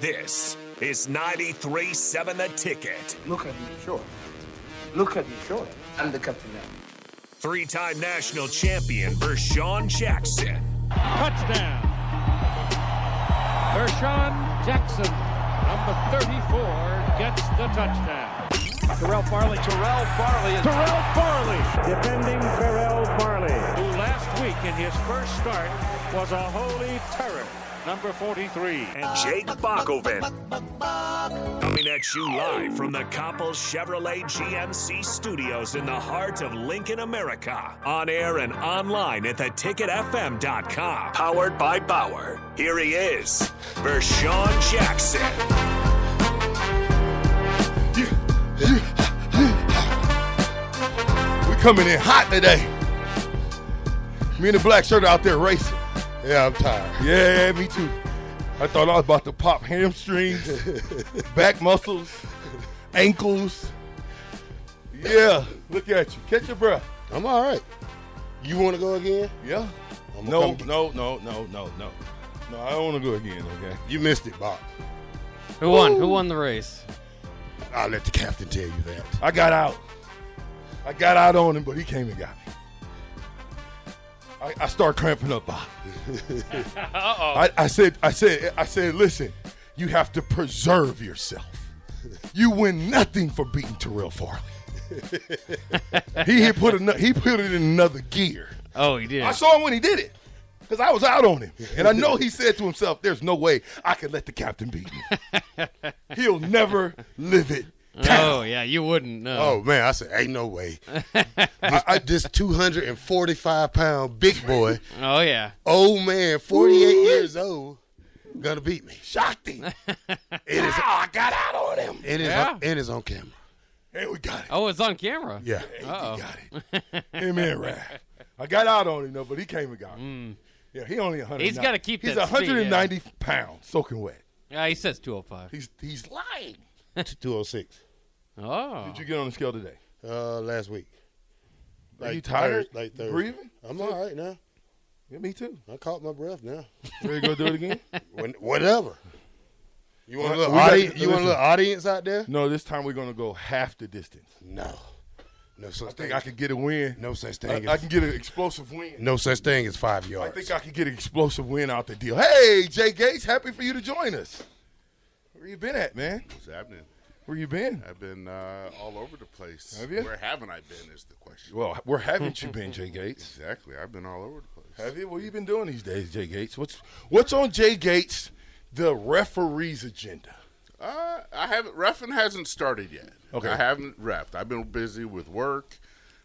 This is 93.7 The Ticket. Look at me, sure. Look at me, sure. I'm the captain now. Three time national champion Vershawn Jackson. Touchdown. Vershawn Jackson, number 34, gets the touchdown. Terrell Farley. Terrell Farley. Terrell Farley. Defending Terrell Farley. Who last week in his first start was a holy terror. Number 43. and Jake Bakoven. Coming at you live from the Coppel Chevrolet GMC studios in the heart of Lincoln, America. On air and online at theticketfm.com. Powered by Bauer. Here he is, Vershawn Jackson. We coming in hot today. Me and the black shirt out there racing. Yeah, I'm tired. Yeah, me too. I thought I was about to pop hamstrings, back muscles, ankles. Yeah, look at you. Catch your breath. I'm all right. You want to go again? Yeah. I'm No, come- no, no, no, no, no. No, I don't want to go again, okay? You missed it, Bob. Who won? Who won the race? I'll let the captain tell you that. I got out. I got out on him, but he came and got me. I, I start cramping up. Bob. I, I said, I said, I said, listen, you have to preserve yourself. You win nothing for beating Terrell Farley. he had put ano- he put it in another gear. Oh, he did. I saw him when he did it. Cause I was out on him, and I know he said to himself, "There's no way I could let the captain beat me. He'll never live it." oh, yeah, you wouldn't. No. Oh man, I said, ain't no way. I, I, this 245 pound big boy, Oh, yeah. old man, 48 years old, gonna beat me. Shocked him. it is. I got out on him. It is Yeah. on, it is on camera. And we got it. Oh, it's on camera. Yeah. He got it. Him and Raf. I got out on him though, but he came and got Mm. me. Yeah, he only 100. He's gotta keep He's that speed, yeah. 190 pounds, soaking wet. Yeah, he says 205. He's he's lying. 206. Oh. Did you get on the scale today? Uh, last week. Are you tired? Thurs- like You Thursday. breathing? I'm all right now. Yeah, me too. I caught my breath now. Ready to go do it again? When, whatever. You want a We little, got- audi- you want a listen. little audience out there? no, this time we're gonna go half the distance. No. No such I thing. think I could get a win. no such I, thing. I as, can get an explosive win. no such thing as five I yards. think I could get an explosive win out the deal. Hey, Jay Gates, happy for you to join us. Where you been at, man? What's happening? Where you been? I've been uh, all over the place. Have you? Where haven't I been is the question. Well, where haven't you been, Jay Gates? Exactly. I've been all over the place. Have you? What you been doing these days, Jay Gates? What's what's on Jay Gates, the referee's agenda? Uh, I haven't. Refing hasn't started yet. Okay. I haven't refed. I've been busy with work,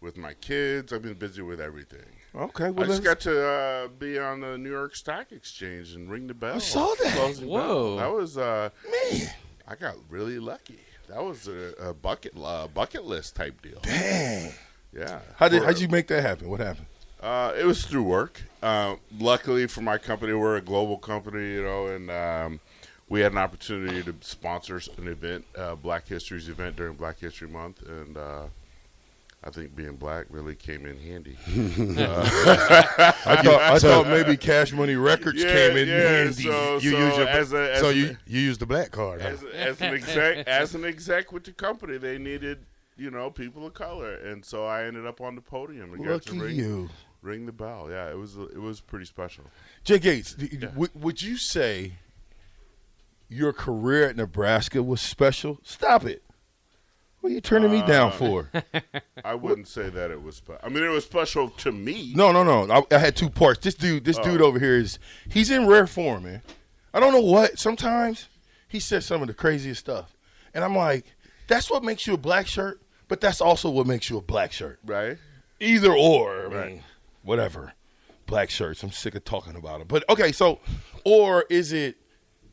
with my kids. I've been busy with everything. Okay, I just got to uh, be on the New York Stock Exchange and ring the bell. I saw that. Whoa. That was. Uh, man. I got really lucky. That was a, a bucket uh, bucket list type deal. Dang. Yeah. How did For- how would you make that happen? What happened? Uh, it was through work. Uh, luckily for my company, we're a global company, you know, and um, we had an opportunity to sponsor an event, uh, Black History's event during Black History Month, and uh, I think being black really came in handy. I thought I thought maybe Cash Money Records Yeah, came in yeah, handy. so- you so use your as a- as so a- you you use the black card. huh? as, as an exec, as an exec with the company, they needed you know people of color, and so I ended up on the podium and got Lucky to ring, you, ring the bell. Yeah, it was it was pretty special. Jay Gates. d- Would, would you say your career at Nebraska was special? Stop it. What are you turning me down for? I wouldn't say that it was. Spe- I mean, it was special to me. No, no, no. I, I had two parts. This dude, this dude over here is he's in rare form, man. I don't know what. Sometimes he says some of the craziest stuff, and I'm like, that's what makes you a black shirt, but that's also what makes you a black shirt. right? Either or, I mean, Right. whatever. Black shirts. I'm sick of talking about them. But okay, so or is it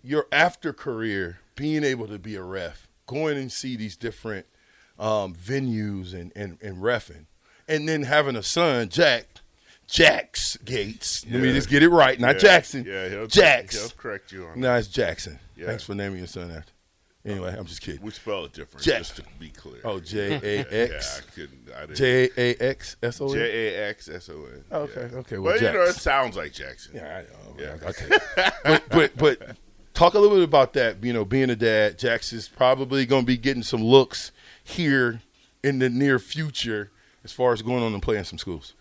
your after career being able to be a ref, going and see these different um, venues and and and refing, and then having a son, Jack. Jax Gates. Let me Yeah. just get it right. Not Yeah, Jackson. Yeah, he'll Jax. He'll correct you on that. No, it's Jackson. Yeah. Thanks for naming your son after. Anyway, I'm just kidding. We spell it different, Jack. just to be clear. Oh, J yeah, A X I couldn't. I didn't. J A X S O N. J A X S O N. Okay, yeah. okay, well, Well, you know, it Jax. sounds like Jackson. Yeah, I know. Yeah. Yeah. but, but but Talk a little bit about that. You know, being a dad, Jax is probably going to be getting some looks here in the near future, as far as going on and playing some schools.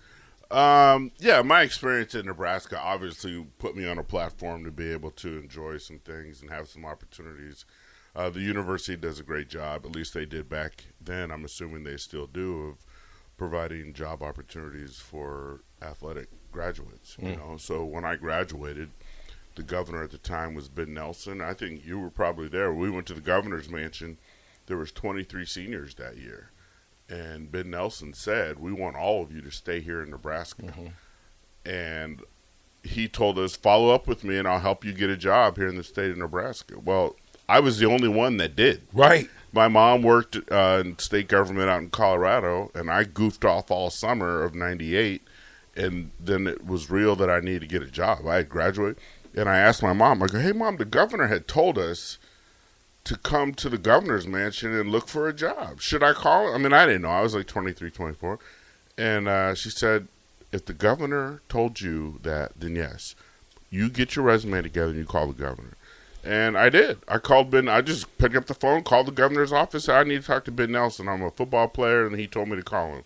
Um, yeah, my experience at Nebraska obviously put me on a platform to be able to enjoy some things and have some opportunities. Uh, the university does a great job, at least they did back then. I'm assuming they still do of providing job opportunities for athletic graduates. You know, so when I graduated, the governor at the time was Ben Nelson. I think you were probably there. We went to the governor's mansion. There was 23 seniors that year and Ben Nelson said, "We want all of you to stay here in Nebraska." And he told us, "Follow up with me, and I'll help you get a job here in the state of Nebraska." Well, I was the only one that did. Right. My mom worked uh, in state government out in Colorado, and I goofed off all summer of '98, and then it was real that I needed to get a job. I had graduated, and I asked my mom, "I go, hey, mom, the governor had told us." to come to the governor's mansion and look for a job. Should I call? I mean, I didn't know. I was like 23, 24. And uh, she said, if the governor told you that, then yes. You get your resume together and you call the governor. And I did. I called Ben. I just picked up the phone, called the governor's office. said, I need to talk to Ben Nelson. I'm a football player, and he told me to call him.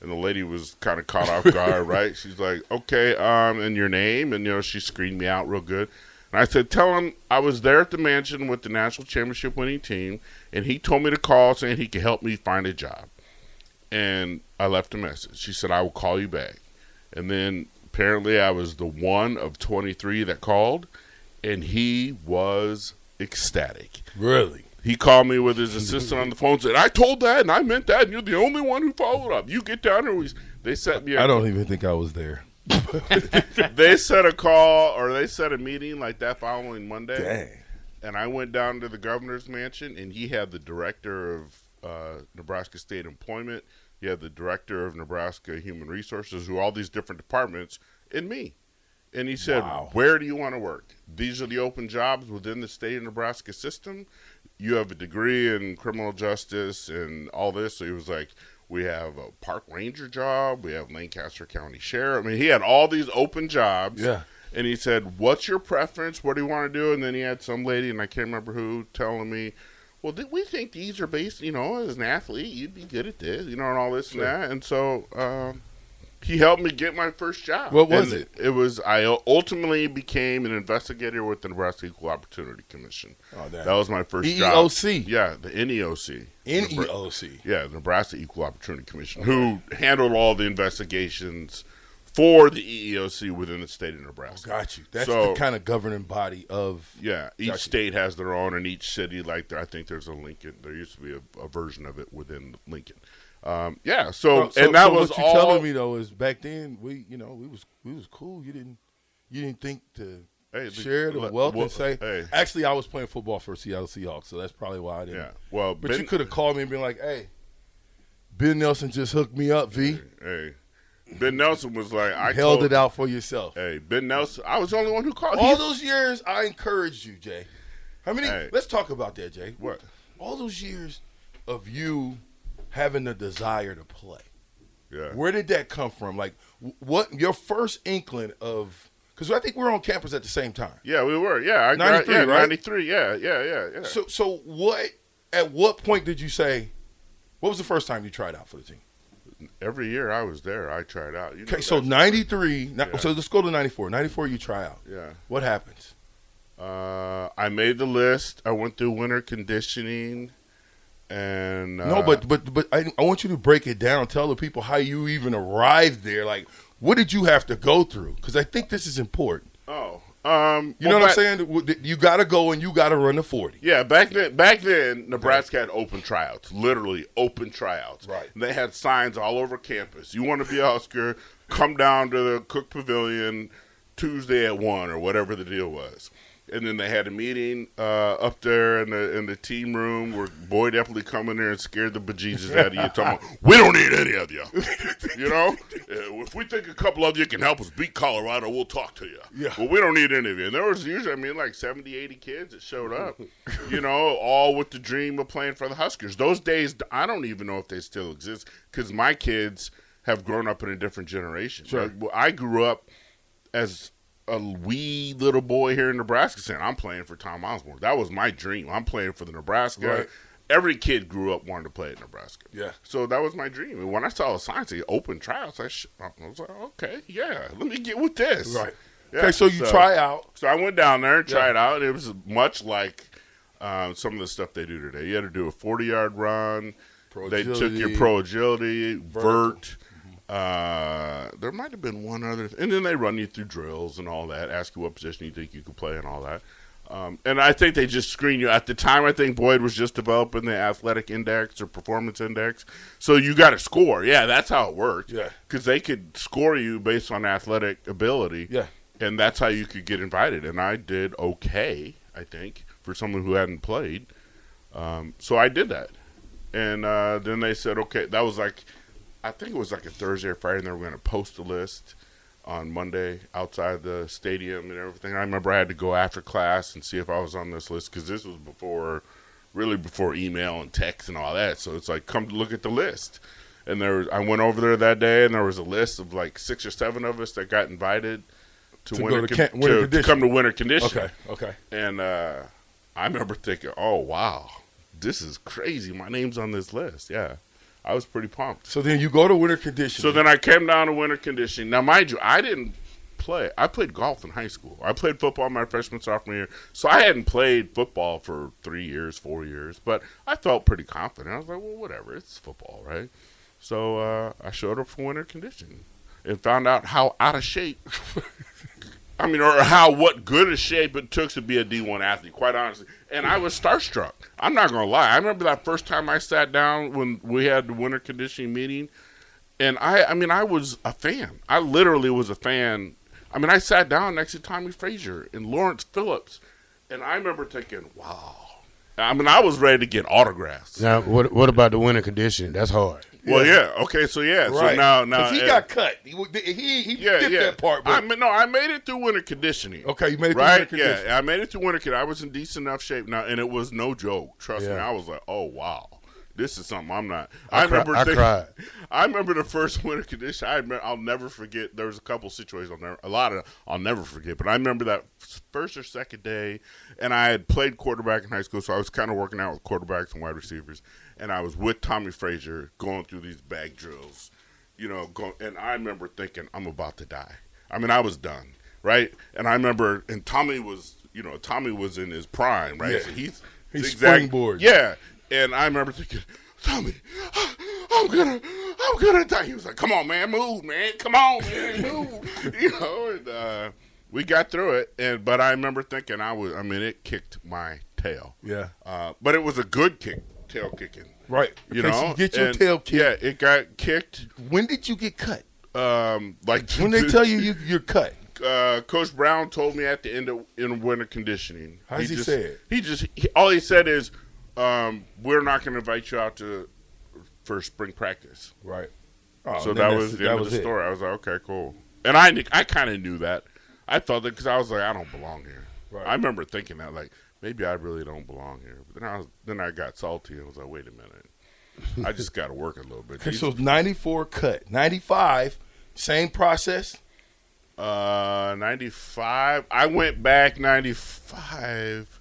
And the lady was kind of caught off guard, right? She's like, "Okay, um, and your name?" And you know, she screened me out real good. And I said, "Tell him I was there at the mansion with the national championship winning team, and he told me to call saying he could help me find a job." And I left a message. She said, "I will call you back." And then apparently, I was the one of 23 that called, and he was ecstatic. Really? He called me with his assistant on the phone and said, I told that and I meant that and you're the only one who followed up. You get down here. We- They set me I a, don't even think I was there. they set a call or they set a meeting like that following Monday. And I went down to the governor's mansion and he had the director of uh, Nebraska State Employment. He had the director of Nebraska Human Resources, who all these different departments, and me. And he said, Where do you want to work? These are the open jobs within the state of Nebraska system. You have a degree in criminal justice and all this. So he was like, We have a park ranger job. We have Lancaster County Sheriff. I mean, he had all these open jobs. Yeah. And he said, What's your preference? What do you want to do? And then he had some lady, and I can't remember who, telling me, Well, th- we think these are based, you know, as an athlete, you'd be good at this, you know, and all this and that. And so, um, he helped me get my first job. What was And it? It was I ultimately became an investigator with the Nebraska Equal Opportunity Commission. Oh, that, that- was my first EEOC. job. Yeah, the NEOC. E NEOC. Yeah, the Nebraska Equal Opportunity Commission, who handled all the investigations for the E EEOC within the state of Nebraska. Oh, Got you. That's So- the kind of governing body of. Yeah, each Got you. state has their own, and each city, like there, I think there's a Lincoln. There used to be a, a version of it within Lincoln. Um, yeah, so, So- and that so was what you all. telling me though is back then we you know we was we was cool. You didn't you didn't think to Hey, the- share the le- wealth wel- and say. hey. Actually, I was playing football for Seattle Seahawks, so that's probably why I didn't. Yeah, well, but Ben- you could have called me and been like, "Hey, Ben Nelson just hooked me up. V Hey, Ben Nelson was like, I held told- it out for yourself. Hey, Ben Nelson, I was the only one who called. All He- those years, I encouraged you, Jay. How many? Hey. Let's talk about that, Jay. What? All those years of you having the desire to play. yeah, Where did that come from? Like, wh- what your first inkling of? Because I think we we're on campus at the same time. yeah, we were. Yeah, I gra- 93, yeah, right? ninety three. Yeah, yeah, yeah, yeah. So, so what? At what point did you say? What was the first time you tried out for the team? every year I was there. I tried out. You know Okay, so that. ninety three. Yeah. So let's go to ninety four. Ninety four, you try out. Yeah. What happens? Uh, I made the list. I went through winter conditioning, and uh, no, but but but I, I want you to break it down. Tell the people how you even arrived there. Like, what did you have to go through? Because I think this is important. oh, um, You well, know what back- I'm saying? W- You got to go and you got to run the forty. Yeah, back then, back then, Nebraska had open tryouts, literally open tryouts. Right. And they had signs all over campus. You want to be a Husker? Come down to the Cook Pavilion Tuesday at one or whatever the deal was. And then they had a meeting uh, up there in the in the team room where Boy definitely come in there and scared the bejesus out of you. Talking, about, we don't need any of you. You know, Uh, if we think a couple of you can help us beat Colorado, we'll talk to you. Yeah. Well, we don't need any of you. And there was usually, I mean, like 70, 80 kids that showed up, you know, all with the dream of playing for the Huskers. Those days, I don't even know if they still exist because my kids have grown up in a different generation. Sure. Like, well, I grew up as a wee little boy here in Nebraska saying, "I'm playing for Tom Osborne." That was my dream. I'm playing for the Nebraska. Right. Every kid grew up wanting to play at Nebraska. Yeah. So that was my dream. And when I saw a sign say open tryouts, I, sh- I was like, okay, yeah, let me get with this. Right. Yeah, okay, so you try out. So I went down there and tried out, and it was much like um, some of the stuff they do today. You had to do a 40 yard run. Pro they took your agility. pro agility, vert. Uh, there might have been one other, and then they run you through drills and all that, ask you what position you think you could play and all that. Um, and I think they just screen you. At the time, I think Boyd was just developing the athletic index or performance index, so you got to score. Yeah, that's how it worked. Yeah. because they could score you based on athletic ability Yeah. and that's how you could get invited. And I did okay, I think, for someone who hadn't played. Um, so I did that, and uh, then they said, okay, that was like, I think it was like a Thursday or Friday, and they were going to post a list on Monday outside the stadium and everything. I remember I had to go after class and see if I was on this list because this was before, really before email and text and all that. So it's like, come look at the list. And there, was, I went over there that day, and there was a list of like six or seven of us that got invited to, To winter, go to con- camp- winter to- to condition. come to winter condition. Okay, okay. And uh, I remember thinking, oh, wow, this is crazy. My name's on this list. Yeah. I was pretty pumped. So then you go to winter conditioning. So then I came down to winter conditioning. Now, mind you, I didn't play. I played golf in high school. I played football my freshman, sophomore year. So I hadn't played football for three years, four years, but I felt pretty confident. I was like, well, whatever. It's football, right? So uh, I showed up for winter conditioning and found out how out of shape I mean, or how what good a shape it took to be a D one athlete, quite honestly. And I was starstruck. I'm not gonna lie. I remember that first time I sat down when we had the winter conditioning meeting, and I, I mean, I was a fan. I literally was a fan. I mean, I sat down next to Tommy Frazier and Lawrence Phillips, and I remember thinking, "Wow." I mean, I was ready to get autographs. Now, what what about the winter condition? That's hard. Well, yeah. Okay, so yeah. So Right. now, now 'Cause he eh, got cut. He, w- he, he yeah, did yeah. that part. But I mean, no, I made it through winter conditioning. okay, you made it through right? winter conditioning. Yeah, I made it to winter kid. I was in decent enough shape now, and it was no joke. Trust me, Yeah. I was like, oh wow, this is something I'm not. I cri- I cried. I remember the first winter condition. I remember, I'll never forget. There was a couple situations. I'll never, a lot of I'll never forget. But I remember that f- first or second day, and I had played quarterback in high school, so I was kind of working out with quarterbacks and wide receivers, and I was with Tommy Frazier going through these bag drills, you know. Going, and I remember thinking, I'm about to die. I mean, I was done, right? And I remember, and Tommy was, you know, Tommy was in his prime, right? Yeah. So he's He's zigzag- springboard. Yeah, and I remember thinking, Tommy, I'm gonna, I'm gonna die. He was like, "Come on, man, move, man, come on, man, move." you know, and uh, we got through it. And but I remember thinking, I was, I mean, it kicked my tail. Yeah. Uh, but it was a good kick, tail kicking. Right. You Okay, know, so you get your And, tail kicked. Yeah, it got kicked. When did you get cut? Um, like When they tell you, you you're cut. uh, Coach Brown told me at the end of in winter conditioning. How does he just, say it? He just he, all he said is, um, "We're not going to invite you out to for spring practice." Right. Oh, so then that that's- was the end was of the it. story. I was like, "Okay, cool." And I kn- I kind of knew that. I thought that because I was like, "I don't belong here." Right. I remember thinking that like maybe I really don't belong here. But then I was, then I got salty and was like, "Wait a minute." I just got to work a little bit. Okay, These- so 94 cut. 95, same process. Uh, 95. I went back 95.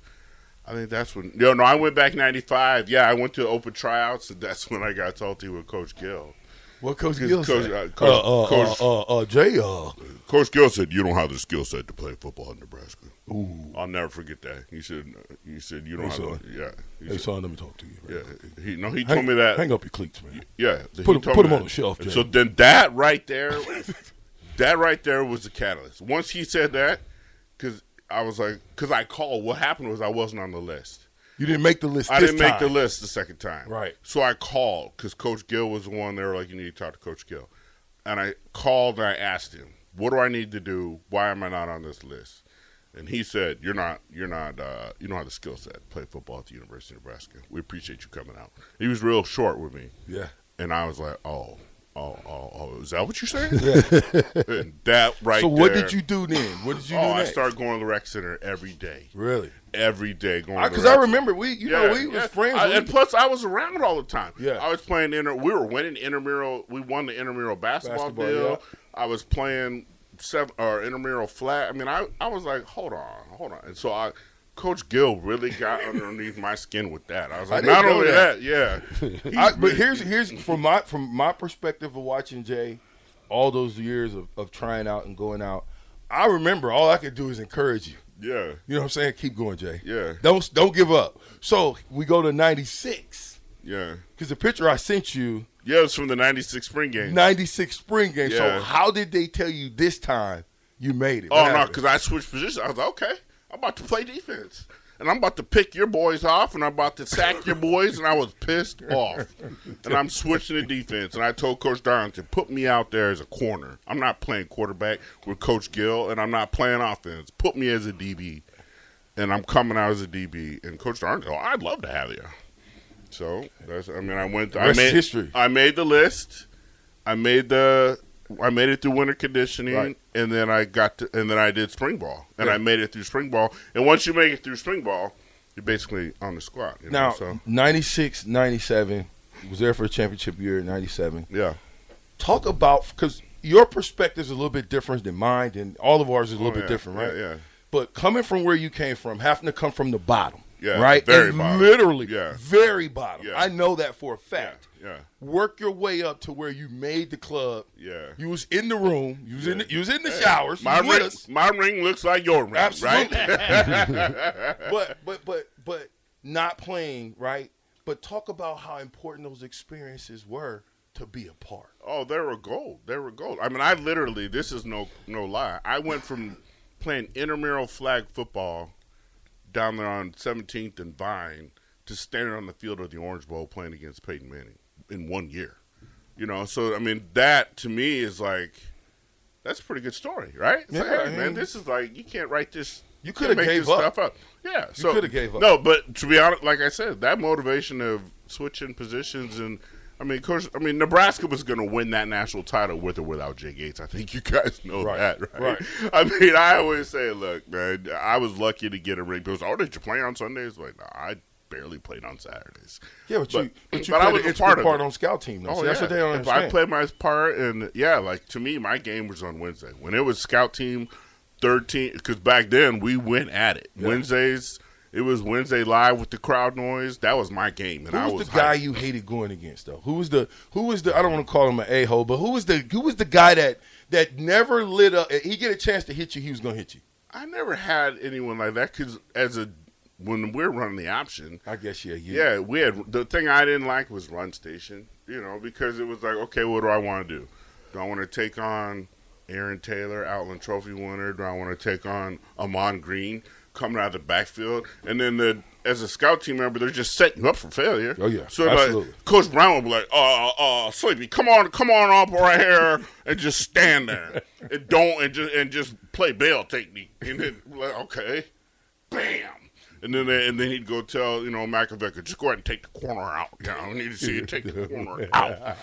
I think that's when. No, no, I went back 95. Yeah, I went to open tryouts, and that's when I got salty with Coach Gill. What Coach Because Gill Coach- said? uh, Coach- uh, uh, Coach- uh, uh, uh, Jay, uh, Coach Gill said, "You don't have the skill set to play football in Nebraska." Ooh. I'll never forget that. He said, "He said you don't Hey, have." son. The, yeah. He hey, said- son, let me talk to you. yeah. He no. He Hang- told me that. Hang up your cleats, man. Put Yeah, he 'em- told put me 'em on that. the shelf, And Jay. So then that right there, that right there was the catalyst. Once he said that, because I was like, because I called. What happened was I wasn't on the list. You didn't make the list. I this didn't make time. the list the second time. Right. So I called because Coach Gill was the one. They were like, you need to talk to Coach Gill, and I called and I asked him, what do I need to do? Why am I not on this list? And he said, "You're not, you're not, uh, you don't have the skill set to play football at the University of Nebraska. We appreciate you coming out." He was real short with me. Yeah. And I was like, oh, oh, oh, oh, is that what you're saying? And that right so what there- did you do then? What did you do oh, I next? started going to the rec center every day. really? Every day going to the Because I, rec remember we, you know, we was friends. I- we- and plus, I was around all the time. Yeah. I was playing inter. We were winning intramural. We won the intramural basketball, Basketball, deal. yeah. I was playing seven or intramural flag. I mean, I, I was like, hold on, hold on. And so I, Coach Gill really got underneath my skin with that. I was I like, didn't not know only that. that, yeah. He's I, but really- here's here's from my from my perspective of watching Jay, all those years of, of trying out and going out. I remember all I could do is encourage you. yeah, You know what I'm saying? Keep going, Jay. Yeah. Don't don't give up. So we go to '96 yeah, because the picture I sent you, yeah. It was from the '96 spring game. '96 spring game. Yeah. So how did they tell you this time you made it? What Oh no, happened? because I switched positions. I was like, okay, I'm about to play defense, and I'm about to pick your boys off, and I'm about to sack your boys, and I was pissed off, and I'm switching to defense, and I told Coach Darlington, put me out there as a corner. I'm not playing quarterback with Coach Gill, and I'm not playing offense. Put me as a DB, and I'm coming out as a DB. And Coach Darlington, oh, I'd love to have you. So that's. I mean, I went. I Rest is made history. I made the list. I made the I made it through winter conditioning, Right. and then I got to, and then I did spring ball, and I made it through spring ball. And once you make it through spring ball, you're basically on the squad. You know? now so '96, '97 was there for a championship year in '97. yeah, talk about because your perspective is a little bit different than mine, and all of ours is a little Oh, bit yeah, different, right? yeah, yeah. But coming from where you came from, having to come from the bottom, Yeah, right? very And bottom. literally, Yeah. very bottom. Yeah. I know that for a fact. Yeah, yeah. Work your way up to where you made the club. Yeah. you was in the room. You was in. The, you was in the Hey, showers. My you with ring, us. my ring looks like your ring, Absolutely. right? but but but but not playing right. But talk about how important those experiences were to be a part. Oh, they were gold. They were gold. I mean, I literally, this is no no lie. I went from playing intramural flag football down there on 17th and Vine to standing on the field of the Orange Bowl playing against Peyton Manning in one year. You know, so I mean, that to me is like that's a pretty good story, right? It's like, Yeah, hey, I mean- man, this is like you can't write this. You can't coulda make gave this up. Stuff up. Yeah, You so coulda gave up. No, but to be honest, like I said, that motivation of switching positions and I mean, of course, I mean Nebraska was going to win that national title with or without Jay Gates. I think you guys know Right, that, right? right. I mean, I always say, look, man, I was lucky to get a ring. Because oh, did you play on Sundays? Like, no, I barely played on Saturdays. Yeah, but, you but you but played I was an a integral part part, of it. on scout team. Though. Oh, See, That's yeah. what they don't if understand. I played my part, and yeah, like to me, my game was on Wednesday. When it was scout team, thirteen, because back then we went at it Wednesdays. It was Wednesday live with the crowd noise. That was my game, and who I was, was the guy hyped. you hated going against though? Who was the who was the I don't want to call him an a hole, but who was the who was the guy that that never lit up? He get a chance to hit you, he was gonna hit you. I never had anyone like that because as a when we're running the option, I guess yeah, yeah. yeah, we had the thing I didn't like was run station, you know, because it was like, okay, what do I want to do? Do I want to take on Aaron Taylor, Outland Trophy winner? Do I want to take on Amon Green coming out of the backfield? And then the as a scout team member, they're just setting you up for failure. Oh, yeah. so like, Absolutely. Coach Brown would be like, "Uh, uh, sleepy, come on, come on up right here and just stand there and don't and just and just play bail technique." And then like, okay, bam. And then, and then he'd go tell you know McAvicker, just go ahead and take the corner out. You know, I need to see you take the corner out.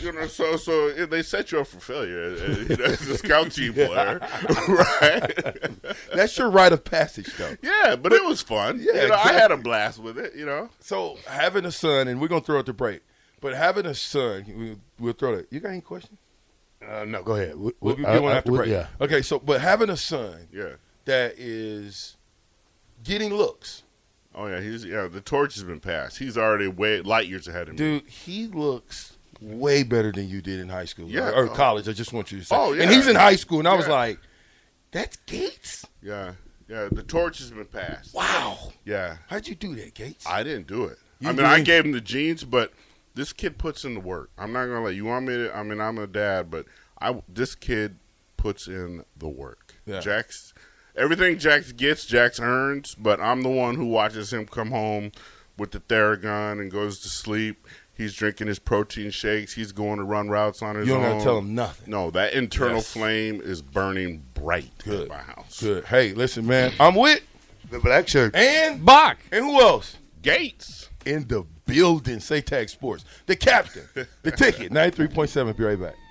You know, so so it- they set you up for failure as, as, you know, as a scout team player, right? That's your rite of passage though. yeah, but it was fun. Yeah, You know, I had a blast with it. You know, So having a son, and we're gonna throw it to break, but having a son, we, we'll throw it. You got any questions? Uh, no, go ahead. We, We'll we, get I- one I- after we- break. Yeah. Okay, so but having a son yeah. that is getting looks. Oh yeah, he's yeah. The torch has been passed. He's already way light years ahead of me. Dude, he looks way better than you did in high school Yeah. or, or college. I just want you to say. Oh, yeah. And he's in high school, and I was Yeah. like, "That's Gates! Yeah, yeah. The torch has been passed. Wow, Yeah, how'd you do that, Gates?" I didn't do it. You I mean, I didn't. gave him the jeans, but this kid puts in the work. I'm not gonna let you want me to. I mean, I'm a dad, but I this kid puts in the work. Yeah. Jax, everything Jax gets, Jax earns. But I'm the one who watches him come home with the Theragun and goes to sleep. He's drinking his protein shakes. He's going to run routes on you his don't own. gotta tell him nothing. No, that internal Yes. flame is burning bright in Good. my house. Good. Hey, listen, man, I'm with The black shirt. and Bach. and who else Gates. in the building? Say Tag Sports, the captain, the ticket, ninety three point seven. Be right back.